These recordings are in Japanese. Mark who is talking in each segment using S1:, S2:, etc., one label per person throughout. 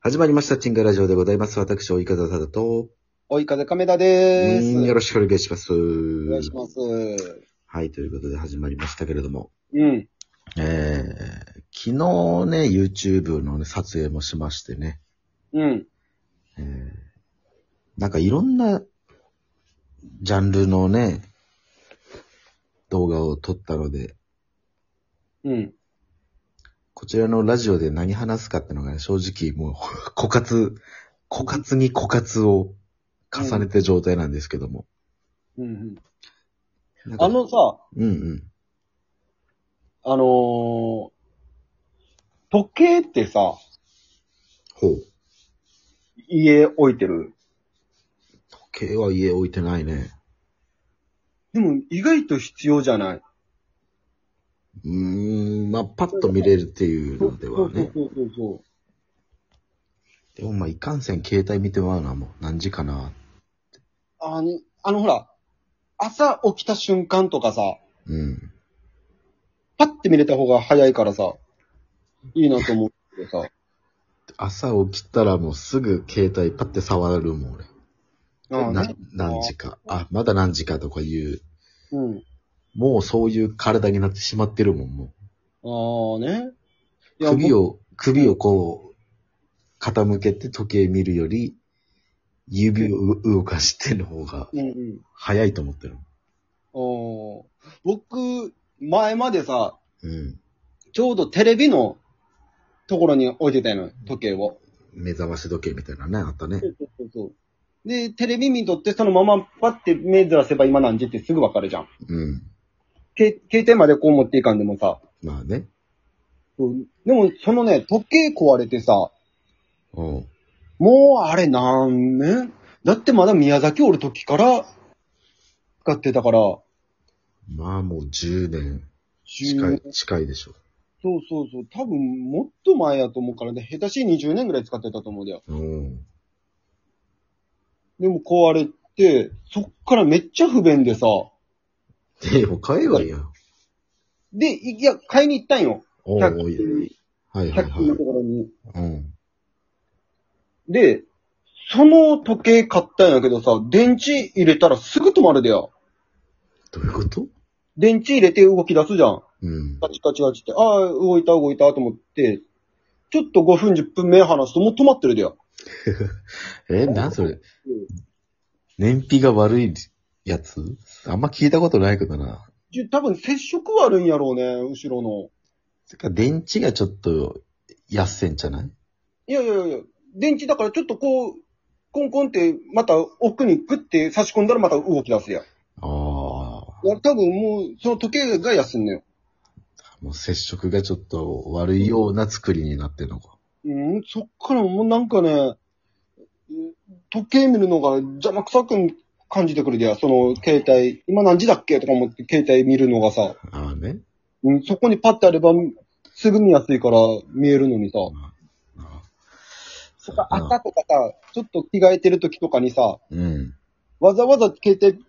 S1: 始まりました、チンガラジオでございます。私、追い風だと、
S2: 追い風亀田で
S1: う
S2: す。
S1: ーんよ
S2: ろし
S1: ろしくお願いします。
S2: くお願いします。
S1: はい、ということで始まりましたけれども、
S2: うん。
S1: えー、昨日ね、YouTube の、ね、撮影もしましてね、
S2: うん。
S1: えー、なんかいろんなジャンルのね、動画を撮ったので、
S2: うん。
S1: こちらのラジオで何話すかってのが、ね、正直もう 枯渇、枯渇に枯渇を重ねて状態なんですけども。
S2: うんうん。
S1: なんか
S2: あ、のさ、
S1: うんうん。
S2: あのー、時計ってさ、
S1: ほう。
S2: 家置いてる。
S1: 時計は家置いてないね。
S2: でも意外と必要じゃないう
S1: ーん、まあ、パッと見れるっていうのではね。
S2: そうそうそうそう。
S1: でもまあ、いかんせん携帯見てまうな、もう。何時かな。
S2: あの、あのほら、朝起きた瞬間とかさ、
S1: うん。
S2: パッて見れた方が早いからさ、いいなと思ってさ。
S1: 朝起きたらもうすぐ携帯パッて触るもん、俺。
S2: ああ、
S1: な
S2: ね。
S1: 何時か。あ、まだ何時かとかいう。
S2: うん。
S1: もうそういう体になってしまってるもん、も。
S2: ああね。いうや
S1: 首を、首をこう、傾けて時計見るより、指をう動かしての方が
S2: 僕うんうん。
S1: 早いと思ってる。
S2: お僕、前までさ、
S1: うん。
S2: ちょうどテレビのところに置いてたのよ、時計を。
S1: 目覚まし時計みたいなね、あったね。
S2: そうそうで、テレビ見とってそのままパッて目ずらせば今何時ってすぐわかるじゃん。
S1: うん。
S2: け携帯までこう持っていかんでもさ。
S1: まあね。
S2: うんでも、そのね、時計壊れてさ、
S1: うん。
S2: もうあれ何年だってまだ宮崎おる時から使ってたから、
S1: まあもう10年近
S2: 10
S1: い、近いでしょ
S2: そうそうそう、多分もっと前やと思うからね、下手しい20年ぐらい使ってたと思うんだよ。
S1: う。うん。
S2: でも壊れて、そっからめっちゃ不便でさ。
S1: でも買えばいいやん。
S2: で、いいや、買いに行ったんよ。
S1: おうおう
S2: 100均、
S1: はいはいは
S2: 100均の
S1: い
S2: と。ころに。
S1: うん。
S2: で、その時計買ったんやけどさ、電池入れたらすぐ止まるでよ。
S1: どういうこと
S2: 電池入れて動き出すじゃん。
S1: うん。
S2: カチカチカチって、ああ、動いた動いたと思って、ちょっと5分10分目離すともう止まってるでよ。
S1: え、なんそれ。燃費が悪いやつあんま聞いたことないけどな。
S2: じゃ多分接触悪いんやろうね、後ろの。
S1: てか電池がちょっと安せんじゃない
S2: いやいやいや、電池だからちょっとこう、コンコンって、また奥にグッて差し込んだらまた動き出すやん。
S1: ああ。
S2: いや多分もう、その時計が安いんだよ。
S1: もう接触がちょっと悪いような作りになってんのか。
S2: うん、そっからもうなんかね、時計見るのが邪魔くさく感じてくるでや、その携帯、今何時だっけとか思って携帯見るのがさ、
S1: ああね。
S2: うん、そこにパッてあれば、すぐ見やすいから見えるのにさ、
S1: あ
S2: そっか朝とかさ、ちょっと着替えてる時とかにさ、
S1: うん。
S2: わざわざ携帯、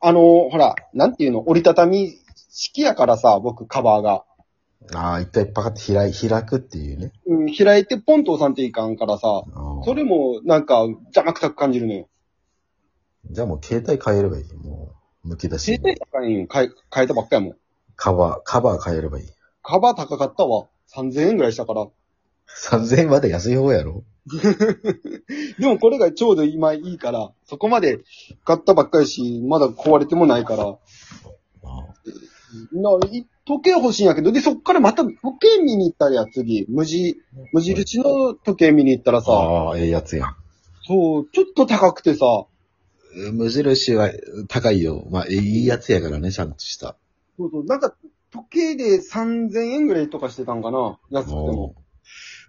S2: あの、ほら、なんていうの、折りたたみ式やからさ、僕、カバーが。
S1: ああ、一回パカって開い開くっていうね。
S2: うん、開いてポンと押さんといかんからさ、
S1: ああ
S2: それもなんか邪魔くさく感じるのよ。
S1: じゃあもう携帯変えればいい。もう、むき出し
S2: 携。帯高いんよ変え、変えたばっかやもん。
S1: カバー、カバー変えればいい。
S2: カバー高かったわ。3000円ぐらいしたから。
S1: 3000円まで安い方やろ
S2: でもこれがちょうど今いいから、そこまで買ったばっかりし、まだ壊れてもないから。
S1: あ
S2: ない時計欲しいんやけど、で、そっからまた時計見に行ったらや、次。無地、無印の時計見に行ったらさ、
S1: ああ、ええやつやん。
S2: そう、ちょっと高くてさ、
S1: うん無印は高いよ。まあ、ええいいやつやからね、ちゃんとした。
S2: そうそう、なんか、時計で3000円ぐらいとかしてたんかな安くても。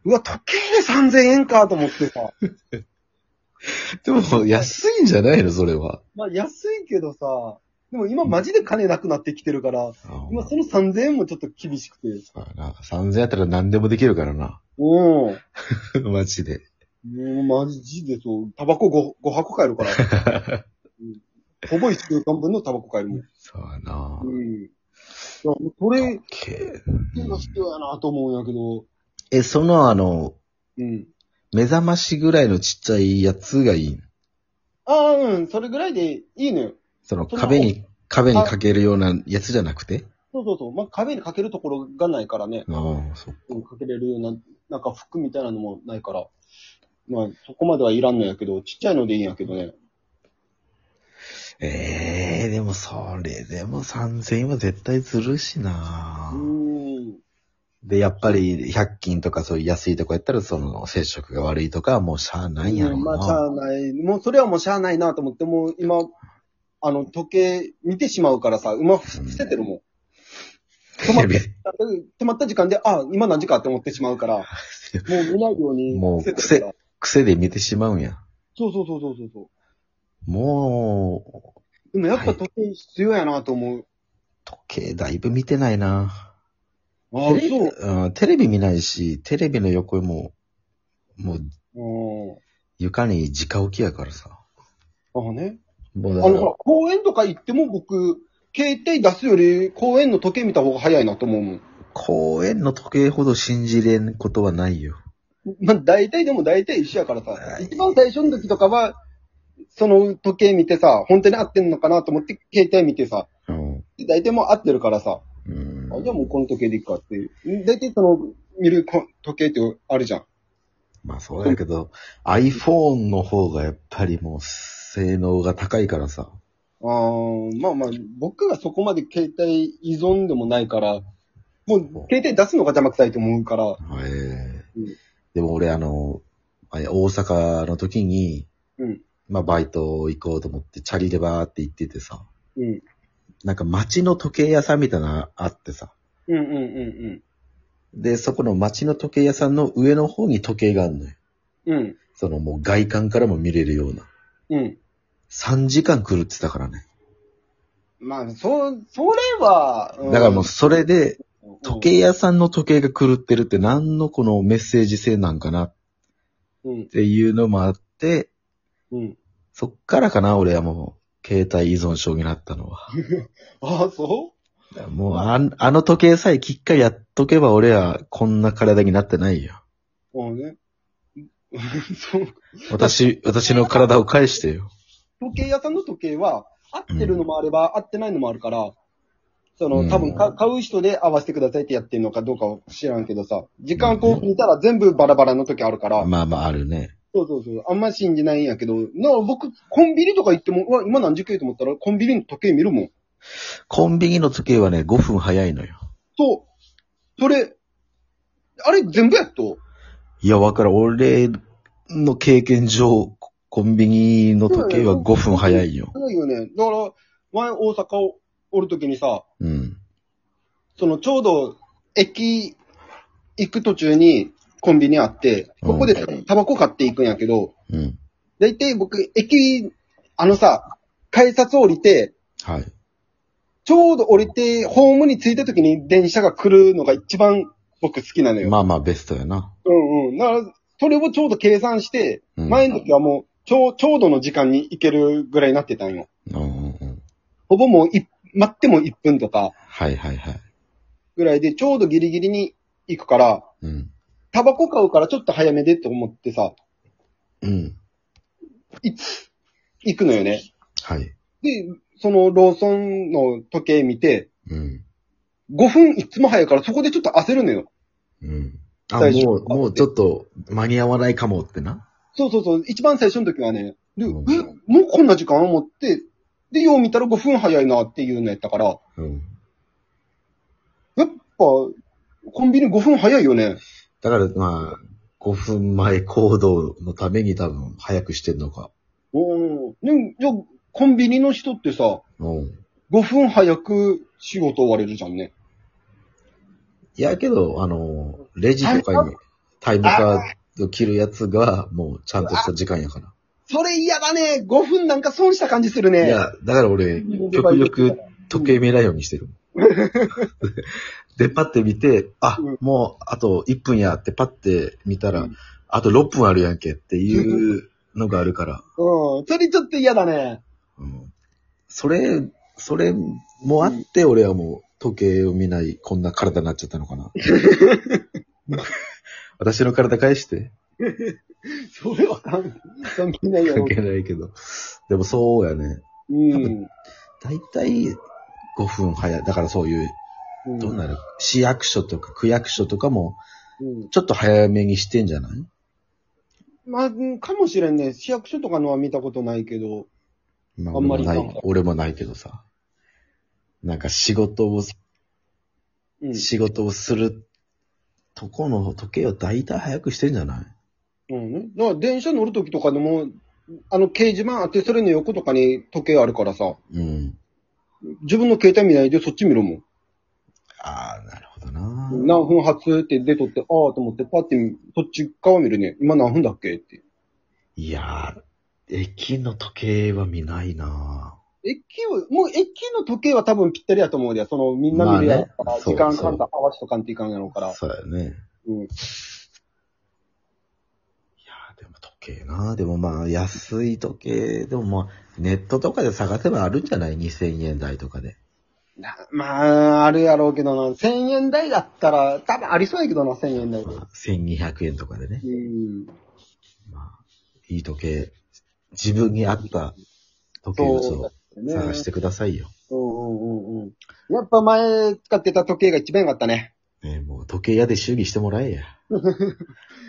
S2: うわ、時計で3000円かと思ってさ。
S1: でも、安いんじゃないの、それは。
S2: まあ、安いけどさ、でも今マジで金なくなってきてるから、
S1: あ
S2: 今その3000円もちょっと厳しくて。
S1: あな3000円やったら何でもできるからな。
S2: うん。も
S1: マジで。
S2: うマジでそう、タバコ 5, 5箱買えるから。 うんほぼ1週間分のタバコ買えるもん。
S1: そうやな
S2: う。ん。いやもうそれ、
S1: オッケー
S2: 時計が必要やなと思うんやけど、
S1: え、そのあの、
S2: うん。
S1: 目覚ましぐらいのちっちゃいやつがいいん。
S2: ああ、うん、それぐらいでいいのよ。
S1: その
S2: その
S1: 壁に、壁にかけるようなやつじゃなくて
S2: そうそうそう。まあ、壁にかけるところがないからね。
S1: ああ、そう。
S2: うんかけれるような、なんか服みたいなのもないから。まあ、そこまではいらんのやけど、ちっちゃいのでいいんやけどね。
S1: ええでもそれでも3000円は絶対ずるし
S2: う
S1: な、
S2: ーん。
S1: で、やっぱり100均とかそういう安いとこやったらその接触が悪いとかはもうしゃあないんやろう
S2: うん
S1: な。
S2: まあ、しゃあない。もう、それはもうしゃあないなと思って、もう今、あの、時計見てしまうからさ、うまく伏せてるもん。止まっ
S1: いや
S2: 止まった時間で、あ、今何時かって思ってしまうから、もう見ないよう に
S1: もう
S2: 伏せてるから。
S1: 癖で見てしまうんや。
S2: そうそうそうそうそうそう。
S1: もう、
S2: でもやっぱ時計必要やなと思う。
S1: 時計だいぶ見てないな
S2: ああ、
S1: テレ
S2: そう。
S1: うん、テレビ見ないし、テレビの横も、もう
S2: うん
S1: 床に直置きやからさ。
S2: ああね。
S1: もう
S2: あ
S1: だか
S2: の、ほら
S1: ら、、
S2: 公園とか行っても僕、携帯出すより公園の時計見た方が早いなと思うもん。
S1: 公園の時計ほど信じれんことはないよ。
S2: まあ、大体でも大体一緒やからさ
S1: は。い
S2: 一番最初の時とかは、その時計見てさ、本当に合ってんのかなと思って携帯見てさ、
S1: うん。
S2: で大体もう合ってるからさ、
S1: うん
S2: あじゃあもうこの時計でいいかっていう。大体その、見るこ時計ってあるじゃん。
S1: まあそうやけど、iPhone の方がやっぱりもう性能が高いからさ。
S2: あーまあまあ、僕がそこまで携帯依存でもないから、もう携帯出すのが邪魔くさいと思うから、
S1: ええ
S2: うん
S1: でも俺あの、あれ大阪の時に、
S2: うん
S1: まあバイト行こうと思って、チャリでバーって行っててさ、
S2: うん。
S1: なんか街の時計屋さんみたいなのあってさ、
S2: うんうんうん
S1: で、そこの街の時計屋さんの上の方に時計があんのよ。
S2: うん。うん。
S1: そのもう外観からも見れるような。
S2: うん。
S1: 3時間狂ってたからね。
S2: まあ、そう、それは、
S1: だからもうそれで、
S2: うん、
S1: 時計屋さんの時計が狂ってるって何のこのメッセージ性なんかなっ
S2: うん、
S1: ていうのもあって、
S2: うん。
S1: そっからかな、俺はもう、携帯依存症になったのは。
S2: ああ、そ
S1: もうあん、あの時計さえきっかりやっとけば俺はこんな体になってないよ。
S2: うああね。そう。
S1: 私、私の体を返してよ。
S2: 時計屋さんの時計は、合ってるのもあれば、合ってないのもあるから、その、多分
S1: う
S2: か、買う人で合わせてくださいってやってるのかどうかは知らんけどさ、時間こう見たら全部バラバラの時あるから、
S1: まあまああるね。
S2: そうそうそう、あんま信じないんやけど、な僕、コンビニとか行っても、うわ、今何時計と思ったら、コンビニの時計見るもん。
S1: コンビニの時計はね、5分早いのよ。
S2: そう。それ、あれ全部やっと。
S1: いや、わからん。俺の経験上、コンビニの時計は5分早いよ。
S2: すごいよね。だから、前大阪をおるときにさ、
S1: うん。
S2: そのちょうど駅行く途中にコンビニあって、ここでタバコ買っていくんやけど、
S1: うん。
S2: だいたい僕駅、あのさ、改札降りて、
S1: はい。
S2: ちょうど降りてホームに着いたときに電車が来るのが一番僕好きなのよ。
S1: まあまあベストやな。
S2: うんうん。だから、それをちょうど計算して、
S1: うん
S2: 前の時はもうちょう、ちょうどの時間に行けるぐらいになってたんよ。
S1: うんうんうん。
S2: ほぼもうい、待っても1分とか、
S1: はいはいはい。
S2: ぐらいで、ちょうどギリギリに行くから、
S1: うん。
S2: タバコ買うからちょっと早めでと思ってさ、
S1: うん。
S2: 行くのよね。
S1: はい。
S2: で、そのローソンの時計見て、
S1: うん。
S2: 5分いつも早いからそこでちょっと焦るのよ。
S1: うん。あ、
S2: 最初
S1: もう、もうちょっと間に合わないかもってな。
S2: そうそうそう、一番最初の時はね、で、
S1: うん
S2: え、もうこんな時間思って、で、よう見たら5分早いなっていうのやったから、やっ
S1: うん。
S2: ぱ、コンビニ5分早いよね。
S1: だからまあ、5分前行動のために多分早くしてんのか。
S2: おーね、じゃあコンビニの人ってさ、
S1: うん。
S2: 5分早く仕事終われるじゃんね。
S1: いやけど、あの、レジとかにタイムカード切るやつがもうちゃんとした時間やから。
S2: それ嫌だね。5分なんか損した感じするね。
S1: いや、だから俺、極力時計見えないようにしてる。で、パッて見て、あ
S2: うん、
S1: もうあと1分やってパッて見た
S2: う
S1: ら
S2: ん、
S1: あと6分あるやんけっていうのがあるから、
S2: うん。それちょっと嫌だね。
S1: うんそれ、それもあって俺はもう時計を見ないこんな 体になっちゃったのかな。私の体返して。
S2: それは 関関係ないやろ
S1: 関。係ないけど。でもそうやね。
S2: うん。
S1: だいたい5分早い。だからそういう、
S2: うん
S1: どうなる、市役所とか区役所とかも、
S2: うん。
S1: ちょっと早めにしてんじゃない
S2: まあ、うんかもしれんね。市役所とかのは見たことないけど。
S1: まあ、
S2: あんまり
S1: 俺も
S2: なん
S1: な
S2: か
S1: い、俺もないけどさ。なんか仕事を、
S2: うん。
S1: 仕事をするとこの時計をだいたい早くしてんじゃない
S2: うんね。だから電車乗るときとかでも、あの掲示板あって、それの横とかに時計あるからさ、
S1: うん。
S2: 自分の携帯見ないでそっち見るもん。
S1: ああ、なるほどな。
S2: 何分発って出とって、ああと思って、パってそっち側見るね。今何分だっけって。
S1: いやー、駅の時計は見ないな
S2: 駅を、もう駅の時計は多分ぴったりやと思うで、そのみんな見るやつか
S1: まあ
S2: ら、
S1: ねそう
S2: 時間間と合わしとかんといかんやろうから。
S1: そうやね。いや
S2: うん。
S1: ーでも時計なでもまあ、安い時計、でもまあ、ネットとかで探せばあるんじゃない ?2000 円台とかで。
S2: なまあ、あるやろうけどな。1000円台だったら、多分ありそうやけどな、1000円台で。
S1: まあ、1200円とかでね。
S2: うん。
S1: まあ、いい時計、自分に合った時計をちょっ
S2: そう
S1: と
S2: だよね
S1: 探してくださいよ。
S2: うんうんうんうん。やっぱ前使ってた時計が一番良かったね。
S1: ねもう時計屋で修理してもらえ や。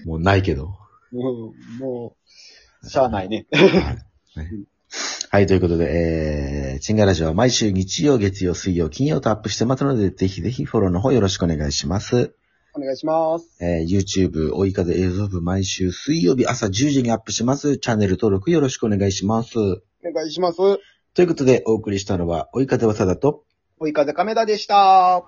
S1: もうないけど。
S2: もうん、もう、しゃあないね。
S1: はいねはい、ということで、えー、チンガラジオは毎週日曜、月曜、水曜、金曜とアップしてますので、ぜひぜひフォローの方よろしくお願いします。
S2: お願いします。
S1: えー、YouTube、追い風映像部毎週水曜日朝10時にアップします。チャンネル登録よろしくお願いします。
S2: お願いします。
S1: ということで、お送りしたのは、追い風わさだと、
S2: 追い風亀田でした。